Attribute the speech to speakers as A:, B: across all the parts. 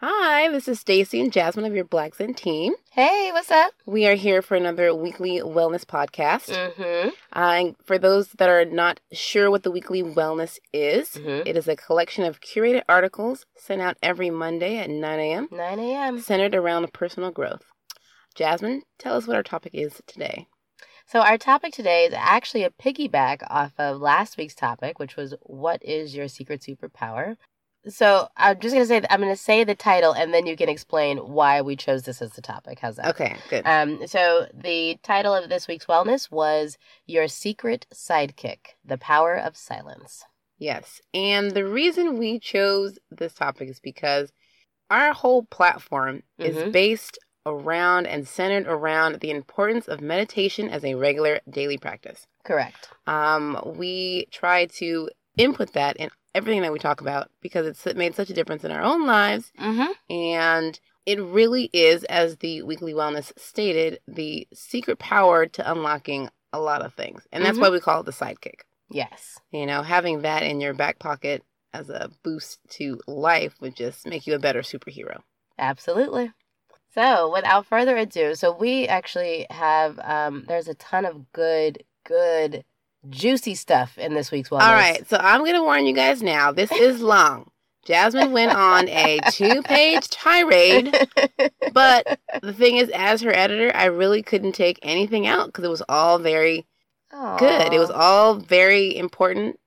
A: Hi, this is Stacy and Jasmine of your Blacks and team.
B: Hey, what's up?
A: We are here for another weekly wellness podcast.
B: Mm-hmm.
A: Uh, and for those that are not sure what the weekly wellness is,
B: Mhm.
A: it is a collection of curated articles sent out every Monday at 9 a.m.
B: 9 a.m.
A: centered around personal growth. Jasmine, tell us what our topic is today.
B: So our topic today is actually a piggyback off of last week's topic, which was what is your secret superpower? So I'm just gonna say I'm gonna say the title, and then you can explain why we chose this as the topic. How's that?
A: Okay, good.
B: Um, so the title of this week's wellness was your secret sidekick: the power of silence.
A: Yes. And the reason we chose this topic is because our whole platform is
B: Mhm.
A: based around and centered around the importance of meditation as a regular daily practice.
B: Correct.
A: Um, we try to input that in everything that we talk about because it's made such a difference in our own lives.
B: Mm-hmm.
A: And it really is, as the Weekly Wellness stated, the secret power to unlocking a lot of things. And that's
B: Mhm.
A: why we call it the sidekick
B: Yes.
A: you know having that in your back pocket as a boost to life would just make you a better superhero
B: Absolutely. So, without further ado, so we actually have um there's a ton of good good juicy stuff in this week's wellness.
A: all right so i'm gonna warn you guys now this is long jasmine went on a two-page tirade but the thing is as her editor i really couldn't take anything out because it was all very good it was all very important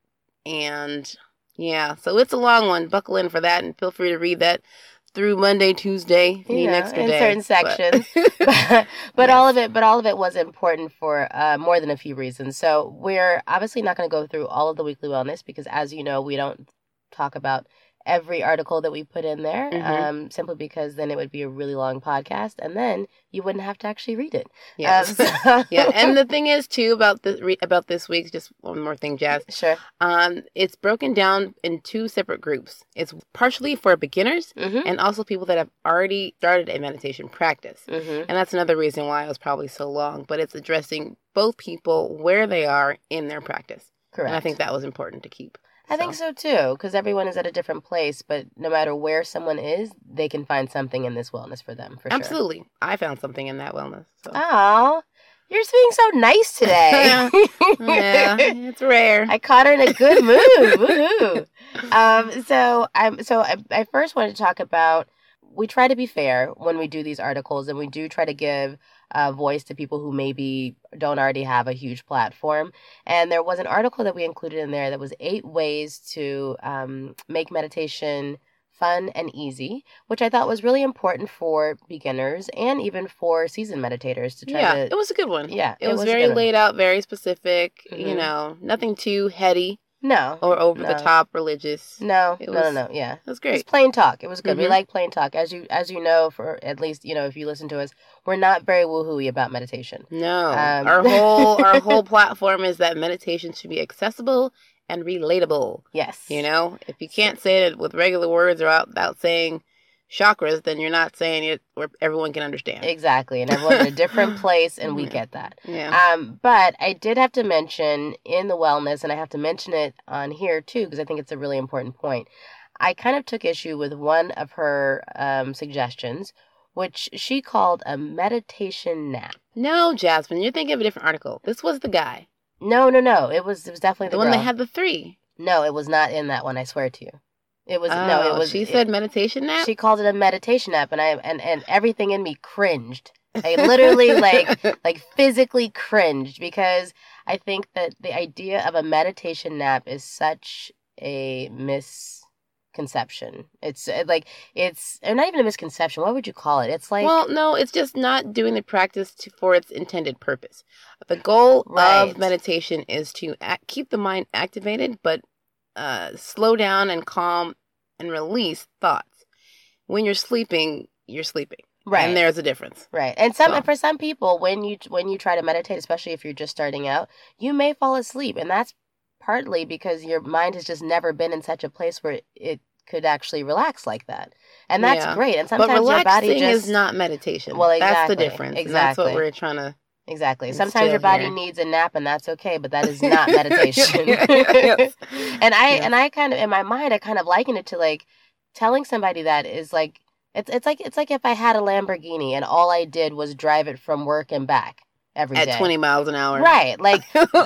A: and yeah so it's a long one buckle in for that and feel free to read that through monday tuesday if you need
B: You
A: an
B: know,
A: extra
B: in
A: day
B: certain
A: But-
B: but all of it but all of it was important for uh, more than a few reasons so we're obviously not going to go through all of the weekly wellness because as you know we don't talk about every article that we put in there
A: Mhm.
B: um, simply because then it would be a really long podcast and then you wouldn't have to actually read it
A: yes
B: Um, so-
A: yeah, and the thing is too about this re- about this week's just one more thing, Jazz.
B: sure
A: Um, it's broken down in two separate groups. It's partially for beginners
B: mm-hmm.
A: and also people that have already started a meditation practice,
B: Mm-hmm.
A: and that's another reason why it was probably so long. But it's addressing both people where they are in their practice,
B: correct
A: and I think that was important to keep.
B: I think so too, because everyone is at a different place, but no matter where someone is, they can find something in this wellness for them, for sure.
A: Absolutely, I found something in that wellness. So.
B: Oh, you're just being so nice today.
A: yeah, it's rare.
B: I caught her in a good mood. Woohoo. Um, so I'm so I, I first want to talk about we try to be fair when we do these articles, and we do try to give a voice to people who maybe don't already have a huge platform. And there was an article that we included in there that was eight ways to um, make meditation fun and easy, which I thought was really important for beginners and even for seasoned meditators to try
A: yeah,
B: to
A: it was a good one.
B: yeah,
A: It, was,
B: a
A: very
B: good one.
A: laid out, very specific. You
B: Mhm.
A: know, nothing too heady
B: No,
A: or over the
B: No.
A: top religious.
B: no,
A: It
B: no,
A: was-
B: no, no. Yeah,
A: It was
B: It was
A: great.
B: plain talk. It was good. We
A: Mhm.
B: like plain talk, as you as you know. For at least you know, if you listen to us, we're not very woohooey about meditation.
A: No,
B: Um,
A: our whole our whole platform is that meditation should be accessible and relatable.
B: Yes,
A: You know, if you can't say it with regular words or out- without saying chakras, then you're not saying it where everyone can understand.
B: exactly. And everyone's in a different place, and we
A: Yeah.
B: get that.
A: Mm-hmm. yeah.
B: Um, but I did have to mention in the wellness, and I have to mention it on here too because I think it's a really important point. I kind of took issue with one of her um, suggestions, which she called a meditation nap.
A: No, Jasmine, you're thinking of a different article. This was the guy,
B: No, no, no. It was it was definitely
A: the,
B: the,
A: one that
B: girl.
A: had the three.
B: No, it was not in that one. I swear to you, it was no.
A: Oh,
B: It was
A: She
B: it-
A: said meditation nap.
B: she called it a meditation app, and I and and everything in me cringed. I literally like like physically cringed because I think that the idea of a meditation nap is such a misconception. It's uh, like it's or not even a misconception. What would you call it? It's like
A: well, no, it's just not doing the practice to, for its intended purpose. The goal
B: Right.
A: of meditation is to act, keep the mind activated, but uh, slow down and calm and release thoughts. When you're sleeping, you're sleeping,
B: right.
A: and there's a difference.
B: Right. And some
A: So-
B: and for some people when you when you try to meditate, especially if you're just starting out, you may fall asleep and that's partly because your mind has just never been in such a place where it could actually relax like that. And that's
A: Yeah.
B: great. And
A: but
B: sometimes your
A: relaxing
B: body just
A: is not meditation.
B: Well,
A: that's the
B: exactly,
A: difference. And that's what
B: exactly.
A: we're trying to.
B: Exactly.
A: It's
B: Sometimes your
A: still
B: body
A: here.
B: needs a nap and that's okay, but that is not meditation.
A: Yes.
B: And I
A: Yes.
B: and I kind of in my mind I kind of liken it to like telling somebody that is like It's it's like it's like if I had a Lamborghini and all I did was drive it from work and back every day.
A: at 20 miles an hour.
B: Right. Like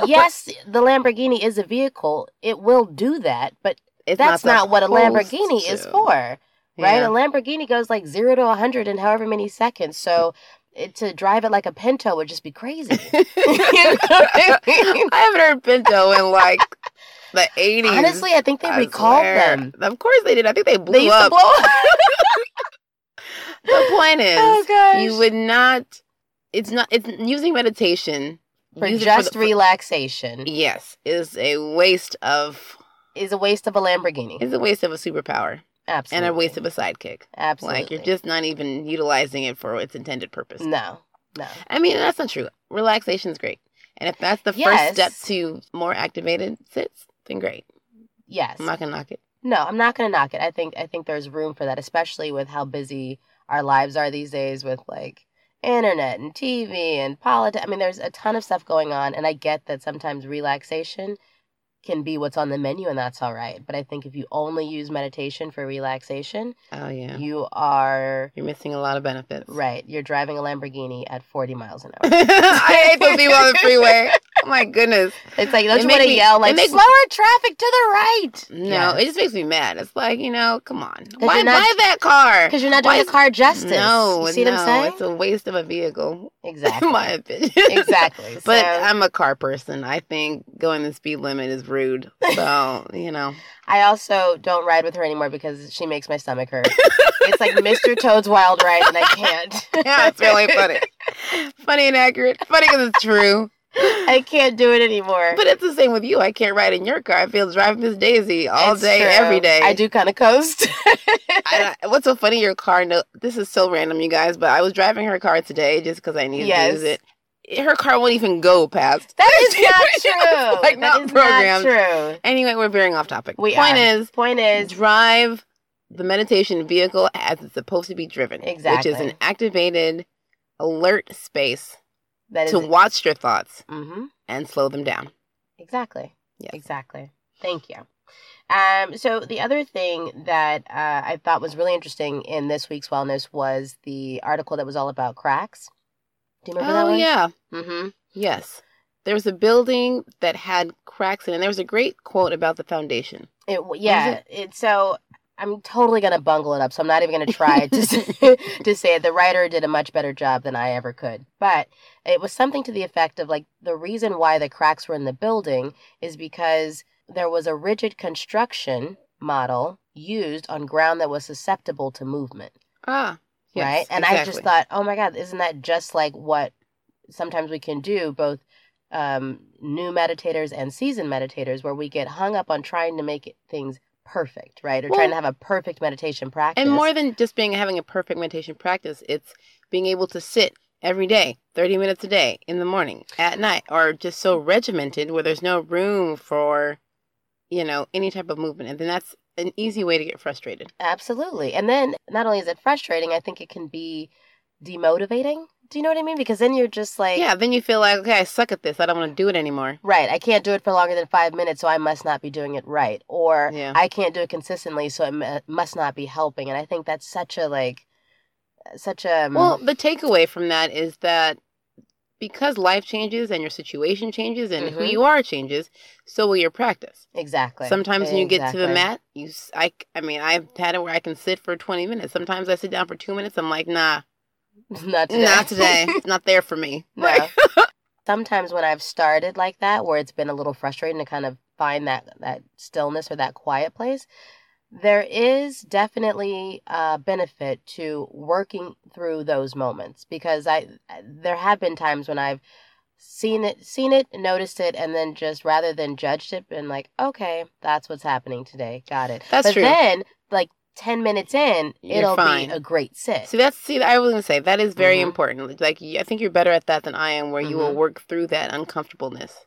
B: yes, the Lamborghini is a vehicle. It will do that, but
A: It's
B: that's not, what a
A: supposed
B: Lamborghini is
A: to.
B: for. Right?
A: Yeah.
B: A Lamborghini goes like 0 to 100 in however many seconds. So it, to drive it like a Pinto would just be crazy.
A: I haven't heard Pinto in like the 80s.
B: Honestly, I think they
A: I
B: recalled
A: swear.
B: them.
A: Of course they did. I think they blew
B: They used
A: up.
B: to blow up.
A: the point is,
B: oh gosh.
A: you would not. It's not. It's using meditation
B: for
A: use it
B: just
A: the- E
B: relaxation
A: Yes, is a waste of.
B: is a waste of a Lamborghini.
A: It's a waste of a superpower and
B: Absolutely.
A: a waste of a sidekick.
B: Absolutely.
A: Like you're just not even utilizing it for its intended purpose.
B: No. No.
A: I mean, that's not true. Relaxation is great, and if that's the
B: Yes.
A: first step to more activated sits, then great.
B: Yes.
A: I'm not gonna knock it.
B: No, I'm not going to knock it. I think I think there's room for that, especially with how busy our lives are these days with like internet and TV and politics. I mean, there's a ton of stuff going on, and I get that sometimes relaxation can be what's on the menu, and that's all right. But I think if you only use meditation for relaxation,
A: Oh yeah,
B: you are
A: you're missing a lot of benefits.
B: right. You're driving a Lamborghini at 40 miles an hour.
A: I hate those people on the freeway. Oh my goodness.
B: It's like don't
A: It
B: you
A: make
B: want to
A: me-
B: yell
A: it
B: like
A: make-
B: slower traffic to the right?
A: No, it just makes me mad. It's like, you know, come on. Why,
B: you're not-
A: why that car?
B: because you're not
A: Why
B: doing
A: is-
B: the car justice.
A: No,
B: you see
A: no,
B: what I'm saying?
A: it's a waste of a vehicle,
B: Exactly.
A: in my opinion.
B: exactly.
A: But
B: So-
A: I'm a car person. I think going the speed limit is rude. So, you know.
B: I also don't ride with her anymore because she makes my stomach hurt. it's like Mr. Toad's Wild Ride, and I can't.
A: Yeah, it's really funny. Funny and accurate. Funny because it's true.
B: I can't do it anymore.
A: But it's the same with you. I can't ride in your car. I feel driving Miss Daisy all
B: It's
A: day,
B: true.
A: every day.
B: I do kind of coast.
A: I, I- what's so funny? Your car. No, this is so random, you guys. But I was driving her car today just because I needed
B: Yes.
A: to use it. Her car won't even go past.
B: that is not true.
A: Like,
B: That
A: not
B: is
A: programmed.
B: not true.
A: Anyway, we're veering off topic.
B: We
A: Point
B: are.
A: is,
B: Point is,
A: drive the meditation vehicle as it's supposed to be driven,
B: Exactly.
A: which is an activated, alert space
B: that is
A: to watch your thoughts
B: hmm
A: and slow them down.
B: Exactly.
A: Yes.
B: Exactly. Thank you. Um, so the other thing that uh, I thought was really interesting in this week's wellness was the article that was all about cracks. Do you remember that
A: oh
B: one?
A: yeah,
B: Mm-hmm.
A: yes. There was a building that had cracks in it. And there was a great quote about the foundation.
B: It w- yeah.
A: it?
B: It? so I'm totally gonna bungle it up. So I'm not even gonna try to say, to say it. The writer did a much better job than I ever could. But it was something to the effect of like the reason why the cracks were in the building is because there was a rigid construction model used on ground that was susceptible to movement.
A: Ah, yes,
B: right? And I just
A: exactly.
B: thought, oh my God, isn't that just like what sometimes we can do, both um, new meditators and seasoned meditators, where we get hung up on trying to make it- things perfect, right? Or trying to
A: Well-
B: have a perfect meditation practice.
A: And more than just being having a perfect meditation practice, it's being able to sit every day, 30 minutes a day, in the morning, at night, or just so regimented where there's no room for, you know, any type of movement. And then that's an easy way to get frustrated.
B: Absolutely. And then not only is it frustrating, I think it can be demotivating. Do you know what I mean? Because then you're just like,
A: yeah, then you feel like, okay, I suck at this. I don't want to do it anymore.
B: Right. I can't do it for longer than five minutes, so I must not be doing it right. Or
A: Yeah.
B: I can't do it consistently, so it mu- must not be helping. And I think that's such a like, such a um,
A: Well, the takeaway from that is that because life changes and your situation changes and who
B: Mhm.
A: you are changes, so will your practice.
B: exactly.
A: Sometimes when you get to the
B: Exactly.
A: mat, you s- I c- I mean I've had it where I can sit for 20 minutes. Sometimes I sit down for two minutes. I'm like, nah,
B: not today.
A: not today. it's not there for me.
B: no. Sometimes when I've started like that, where it's been a little frustrating to kind of find that that stillness or that quiet place, there is definitely a benefit to working through those moments because I there have been times when I've seen it seen it noticed it and then just rather than judged it been like okay that's what's happening today got it
A: That's
B: but
A: true.
B: then like 10 minutes in
A: You're
B: it'll
A: fine.
B: be a great sit
A: See, that's see. I was gonna say that is very
B: Mhm.
A: important. Like y- I think you're better at that than I am, where you
B: Mm-hmm.
A: will work through that uncomfortableness.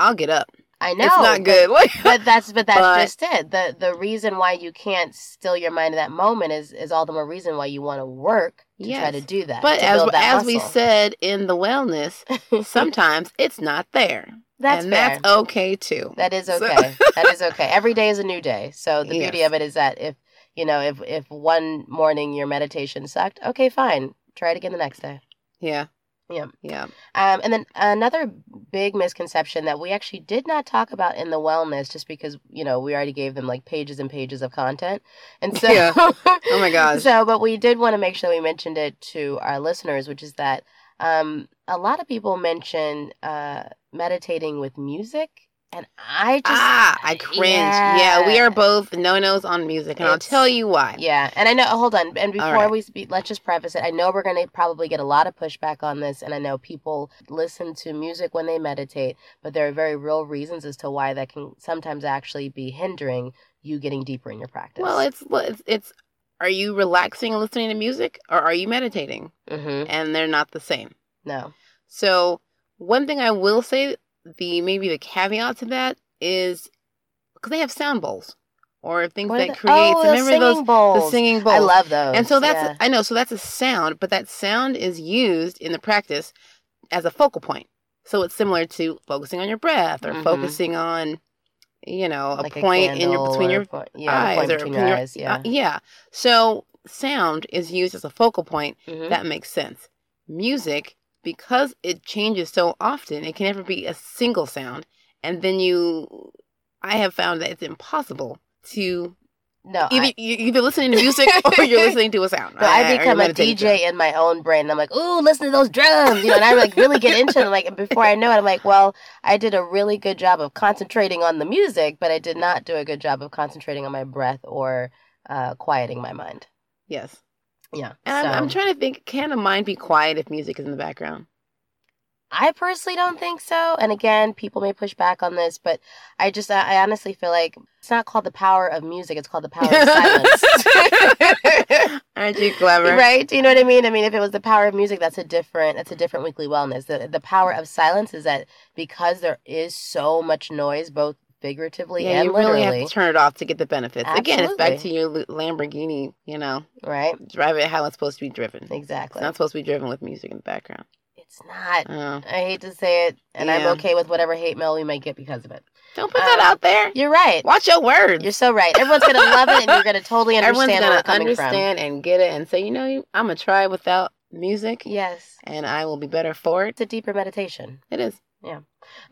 A: I'll get up.
B: i know
A: it's
B: but-
A: not good. Like,
B: but that's but that's
A: But-
B: just it. The the reason why you can't still your mind in that moment is is all the more reason why you want to work to try
A: Yes.
B: to do that.
A: but
B: to
A: as
B: build that
A: as we
B: muscle.
A: said in the wellness, sometimes it's not there,
B: that's
A: and
B: fair.
A: that's okay too.
B: that is
A: So-
B: okay. that is okay. Every day is a new day. So the beauty
A: Yes.
B: of it is that if you know, if if one morning your meditation sucked, okay, fine, try it again the next day.
A: Yeah.
B: Yeah.
A: Yeah.
B: Um, and then another big misconception that we actually did not talk about in the wellness, just because you know we already gave them like pages and pages of content, and so
A: Yeah. Oh my gosh.
B: so, but we did want to make sure we mentioned it to our listeners, which is that um, a lot of people mention uh, meditating with music, and I just
A: ah, I cringe. Yeah. we
B: yeah.
A: are both no nos on music, and I'll
B: It's-
A: tell you why.
B: Yeah, and I know. Hold on, and before
A: right.
B: we speak, let's just preface it. I know we're gonna probably get a lot of pushback on this, and I know people listen to music when they meditate, but there are very real reasons as to why that can sometimes actually be hindering you getting deeper in your practice.
A: Well, it's, well, it's it's are you relaxing and listening to music, or are you meditating?
B: mm-hmm.
A: And they're not the same.
B: no,
A: So one thing I will say, the maybe the caveat to that is because they have sound bowls or things
B: What are
A: that
B: the-
A: creates.
B: oh,
A: remember
B: singing
A: those
B: bowls.
A: the singing bowls?
B: I love those,
A: And so that's
B: yeah.
A: I know so that's a sound, but that sound is used in the practice as a focal point. So it's similar to focusing on your breath or
B: Mhm.
A: focusing on, you know, a
B: Like
A: point in your
B: candle
A: between
B: or
A: your
B: a point- yeah, a
A: eyes
B: point
A: or
B: between
A: between
B: your
A: your-
B: eyes, yeah.
A: uh, yeah. So sound is used as a focal point.
B: Mhm.
A: That makes sense. Music, because it changes so often, it can never be a single sound. And then you, I have found that it's impossible to
B: no,
A: either
B: I,
A: you either listening to music or you're listening to a sound.
B: no, I
A: or you're
B: become a
A: meditating to
B: DJ in my own brain. And I'm like, ooh, listen to those drums, you know, and I like really get into it. Like and before I know it, I'm like, well, I did a really good job of concentrating on the music, but I did not do a good job of concentrating on my breath or uh, quieting my
A: it.
B: mind.
A: Yes,
B: Yeah,
A: and
B: so-
A: I'm, I'm trying to think. Can a mind be quiet if music is in the background?
B: I personally don't think so. And again, people may push back on this, but I just, I I honestly feel like it's not called the power of music, it's called the power of Oh, silence.
A: Aren't you clever?
B: Right? Do you know what I mean? I mean, if it was the power of music, that's a different that's a different weekly wellness. The the power of silence is that because there is so much noise, both figuratively
A: Yeah,
B: and
A: you really
B: literally,
A: have to turn it off to get the benefits. Again, it's back to
B: Absolutely.
A: your Lu- Lamborghini. You know,
B: right?
A: drive it how it's supposed to be driven. It's
B: Exactly.
A: not supposed to be driven with music in the background.
B: It's not.
A: Oh.
B: I hate to say it, and I'm
A: Yeah.
B: okay with whatever hate mail we might get because of it.
A: Don't put that
B: Um,
A: out there.
B: You're right.
A: Watch your words.
B: You're so right. Everyone's gonna love it, and you're gonna totally
A: Everyone's
B: understand where we're
A: gonna
B: coming
A: understand and get it and say, you know, you- I'm gonna try it without music,
B: from. Yes,
A: and I will be better for it.
B: it's a deeper meditation.
A: It is.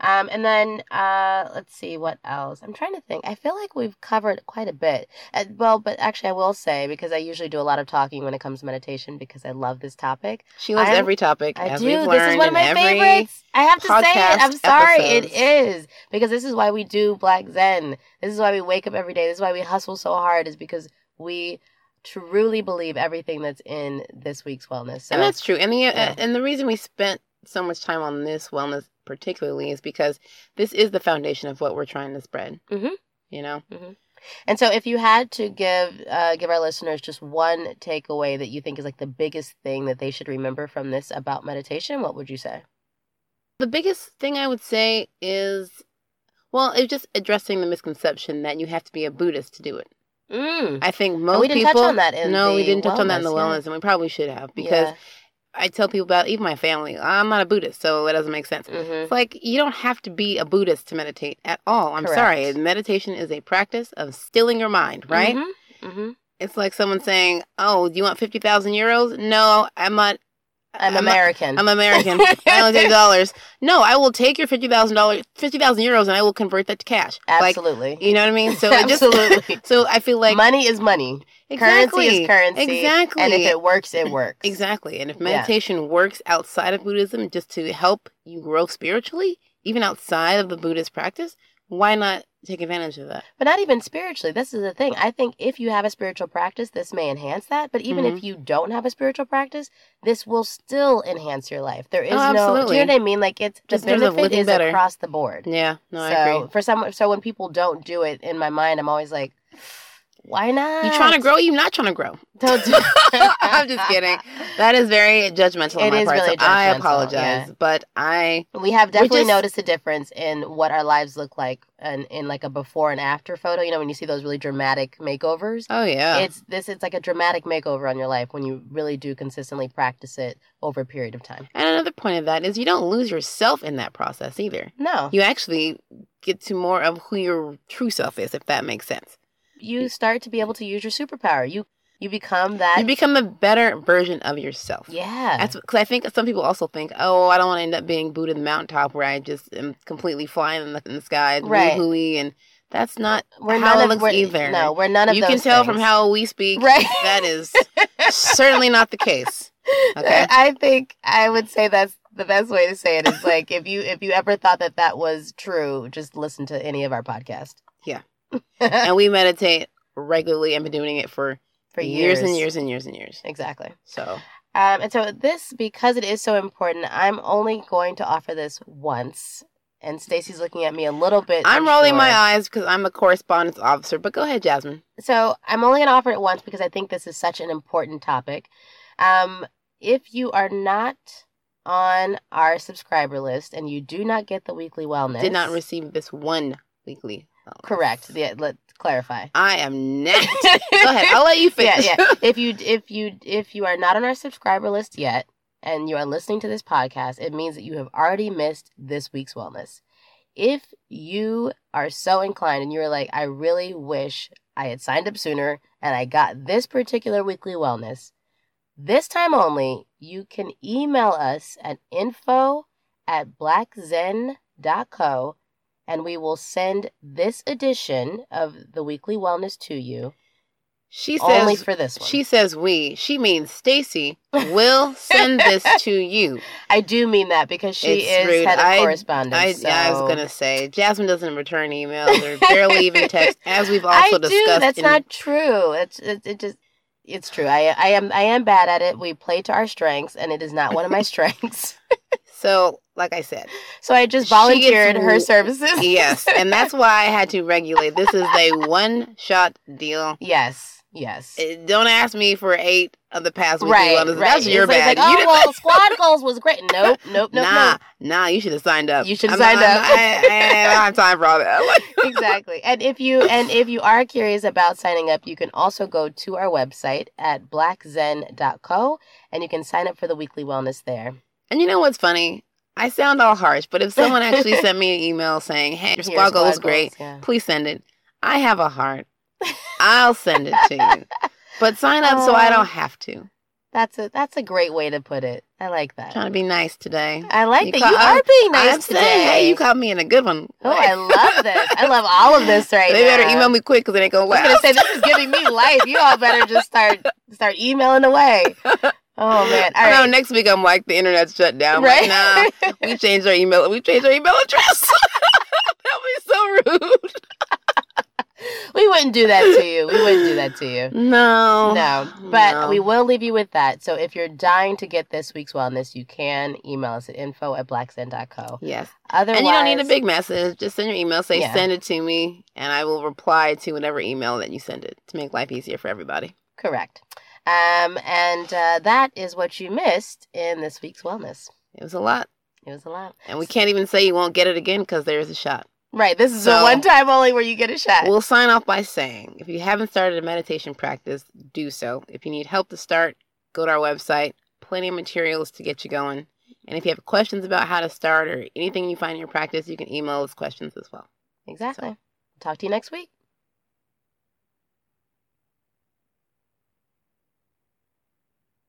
B: Um, and then uh, let's see what else. I'm trying to think. I feel like we've covered quite a bit. Uh, well, but actually, I will say because I usually do a lot of talking when it comes to meditation because I love this topic.
A: She loves
B: I'm-
A: every topic.
B: I
A: as
B: do.
A: we've
B: This
A: learned
B: is one of
A: in
B: my
A: every-
B: favorites. I have to say
A: podcast
B: it. I'm sorry.
A: episodes.
B: It is because this is why we do Black Zen. This is why we wake up every day. This is why we hustle so hard. Is because we truly believe everything that's in this week's wellness. So
A: and that's true. And the uh,
B: Yeah.
A: and the reason we spent so much time on this wellness particularly is because this is the foundation of what we're trying to spread.
B: Mhm.
A: You know,
B: And so, if you had to give uh, give our listeners just one takeaway that you think is like the biggest thing that they should remember from this about meditation, what would you say?
A: the biggest thing I would say is, well, it's just addressing the misconception that you have to be a Buddhist to do it.
B: Mm.
A: I think most
B: And we didn't touch
A: people.
B: on that in
A: no,
B: the
A: we didn't touch on that in the
B: wellness, yeah.
A: wellness, and we probably should have because I tell people about even my family. I'm not a Buddhist, so it doesn't make sense.
B: yeah. Mhm.
A: It's like you don't have to be a Buddhist to meditate at all. I'm sorry.
B: Correct.
A: Meditation is a practice of stilling your mind, right?
B: Mhm. Mhm.
A: It's like someone saying, "Oh, do you want fifty thousand euros?" No, I'm not.
B: I'm,
A: not-
B: American.
A: I'm American. I only take dollars. No, I will take your fifty thousand dollars, fifty thousand euros, and I will convert that to cash.
B: Absolutely.
A: Like, you know what I mean? So it just
B: Absolutely.
A: so I feel like
B: money is money.
A: exactly,
B: Currency is currency.
A: Exactly.
B: And if it works, it works.
A: Exactly. And if
B: Yeah.
A: meditation works outside of Buddhism just to help you grow spiritually, even outside of the Buddhist practice, why not take advantage of that?
B: But not even spiritually. This is the thing.
A: Oh.
B: I think if you have a spiritual practice, this may enhance that. But even
A: Mm-hmm.
B: if you don't have a spiritual practice, this will still enhance your life. There is
A: Oh,
B: no. Do
A: absolutely.
B: you know what I mean? Like it's the
A: Just in terms of
B: benefit
A: living
B: is
A: better.
B: across the board.
A: Yeah, no,
B: so
A: I agree.
B: for some, so when people don't do it, in my mind, I'm always like, why not?
A: You trying to grow? You not trying to grow?
B: Don't do-
A: I'm just kidding. That is very judgmental on
B: It
A: my
B: is
A: part.
B: really
A: so I
B: judgmental,
A: apologize, but I
B: We have definitely
A: just-
B: noticed a difference in what our lives look like, and in like a before and after photo. You know, when you see those really dramatic makeovers.
A: oh yeah,
B: it's this it's like a dramatic makeover on your life when you really do consistently practice it over a period of time
A: And another point of that is you don't lose yourself in that process either.
B: no
A: You actually get to more of who your true self is, if that makes sense.
B: you start to be able to use your superpower. You you become that.
A: You become a better version of yourself.
B: yeah.
A: That's because I think some people also think, oh, I don't want to end up being booed in the mountaintop where I just am completely flying in the, in the sky,
B: Right.
A: hooey, and that's not
B: we're
A: how
B: none
A: it
B: of
A: looks
B: we're,
A: either.
B: No, we're none of
A: you
B: those.
A: can tell from
B: things.
A: how we speak.
B: Right.
A: That is certainly not the case. Okay.
B: I think I would say that's the best way to say it is like if you if you ever thought that that was true, just listen to any of our podcast.
A: Yeah. And we meditate regularly and been doing it for,
B: For
A: years. and years and years and years.
B: Exactly.
A: So
B: Um, and so this because it is so important, I'm only going to offer this once. And Stacy's looking at me a little bit.
A: I'm rolling my
B: unsure.
A: eyes because I'm a correspondence officer. But go ahead, Jasmine.
B: so I'm only going to offer it once because I think this is such an important topic. Um, if you are not on our subscriber list and you do not get the weekly wellness,
A: Did not receive this one weekly. allowance.
B: correct. Yeah, let's clarify.
A: I am next. go ahead. I'll let you
B: yeah,
A: finish.
B: yeah. If you if you if you are not on our subscriber list yet and you are listening to this podcast, it means that you have already missed this week's wellness. If you are so inclined and you're like, I really wish I had signed up sooner and I got this particular weekly wellness, this time only, you can email us at info at blackzen.co and we will send this edition of the weekly wellness to you
A: She
B: only
A: says.
B: for this one.
A: She says we. She means Stacy will send this to you.
B: I do mean that because she
A: It's
B: is
A: rude.
B: head of
A: I-
B: correspondence.
A: I, I was
B: so-
A: gonna say Jasmine doesn't return emails or barely even text, as we've also
B: I do.
A: discussed.
B: That's
A: in-
B: not true. It's it, it just it's true. I I am I am bad at it. We play to our strengths, and it is not one of my strengths.
A: so. Like I said,
B: So I just
A: She gets
B: volunteered her
A: wo-
B: services.
A: yes, and that's why I had to regulate. This is a one-shot deal.
B: Yes. Yes.
A: Eh, Don't ask me for eight of the past weekly
B: right.
A: wellness.
B: right.
A: That's your
B: It's like-
A: bad.
B: it's Like,
A: you
B: oh
A: didn't-
B: well, squad goals was great. Nope. Nope. Nope.
A: nah,
B: nope.
A: nah. You should have signed up.
B: You
A: I'm
B: should've
A: not-
B: signed up.
A: I'm not- I, I, I don't have time for all that.
B: exactly. And if you and if you are curious about signing up, you can also go to our website at blackzen.co and you can sign up for the weekly wellness there.
A: And you know what's funny? I sound all harsh, but if someone actually sent me an email saying, "Hey, your
B: Here,
A: squad goal is
B: goals,
A: great,"
B: yeah.
A: please send it. I have a heart. I'll send it to you. But sign up so I
B: Um,
A: don't have to.
B: That's a that's a great way to put it. I like
A: trying
B: that.
A: to be nice today.
B: I like
A: You
B: that.
A: ca-
B: you
A: I'm-
B: are being nice
A: I'm
B: today.
A: saying, hey, you caught me in a good one.
B: oh, I love this. I love all of this right
A: They
B: now.
A: better email me quick because it ain't going to
B: I'm gonna
A: last.
B: say this is giving me life. You all better just start start emailing away. Oh man! All
A: I know
B: right.
A: next week I'm like, the internet's shut down. Right? now.
B: right? now.
A: we changed our email. We changed our email address. that would be so rude.
B: we wouldn't do that to you. We wouldn't do that to you.
A: No.
B: No, but
A: No.
B: we will leave you with that. So if you're dying to get this week's wellness, you can email us at info at blackzen.co.
A: Yes.
B: Otherwise,
A: And you don't need a big message. Just send your email. Say
B: Yeah.
A: send it to me, and I will reply to whatever email that you send it to make life easier for everybody.
B: correct. Um, and uh, that is what you missed in this week's wellness.
A: It was a lot,
B: It was a lot,
A: and we can't even say you won't get it again because there is a shot.
B: right? This is
A: So-
B: the one time only where you get a shot.
A: We'll sign off by saying, if you haven't started a meditation practice, do so. If you need help to start, go to our website. Plenty of materials to get you going. And if you have questions about how to start or anything you find in your practice, you can email us questions as well.
B: exactly. Talk to you next week.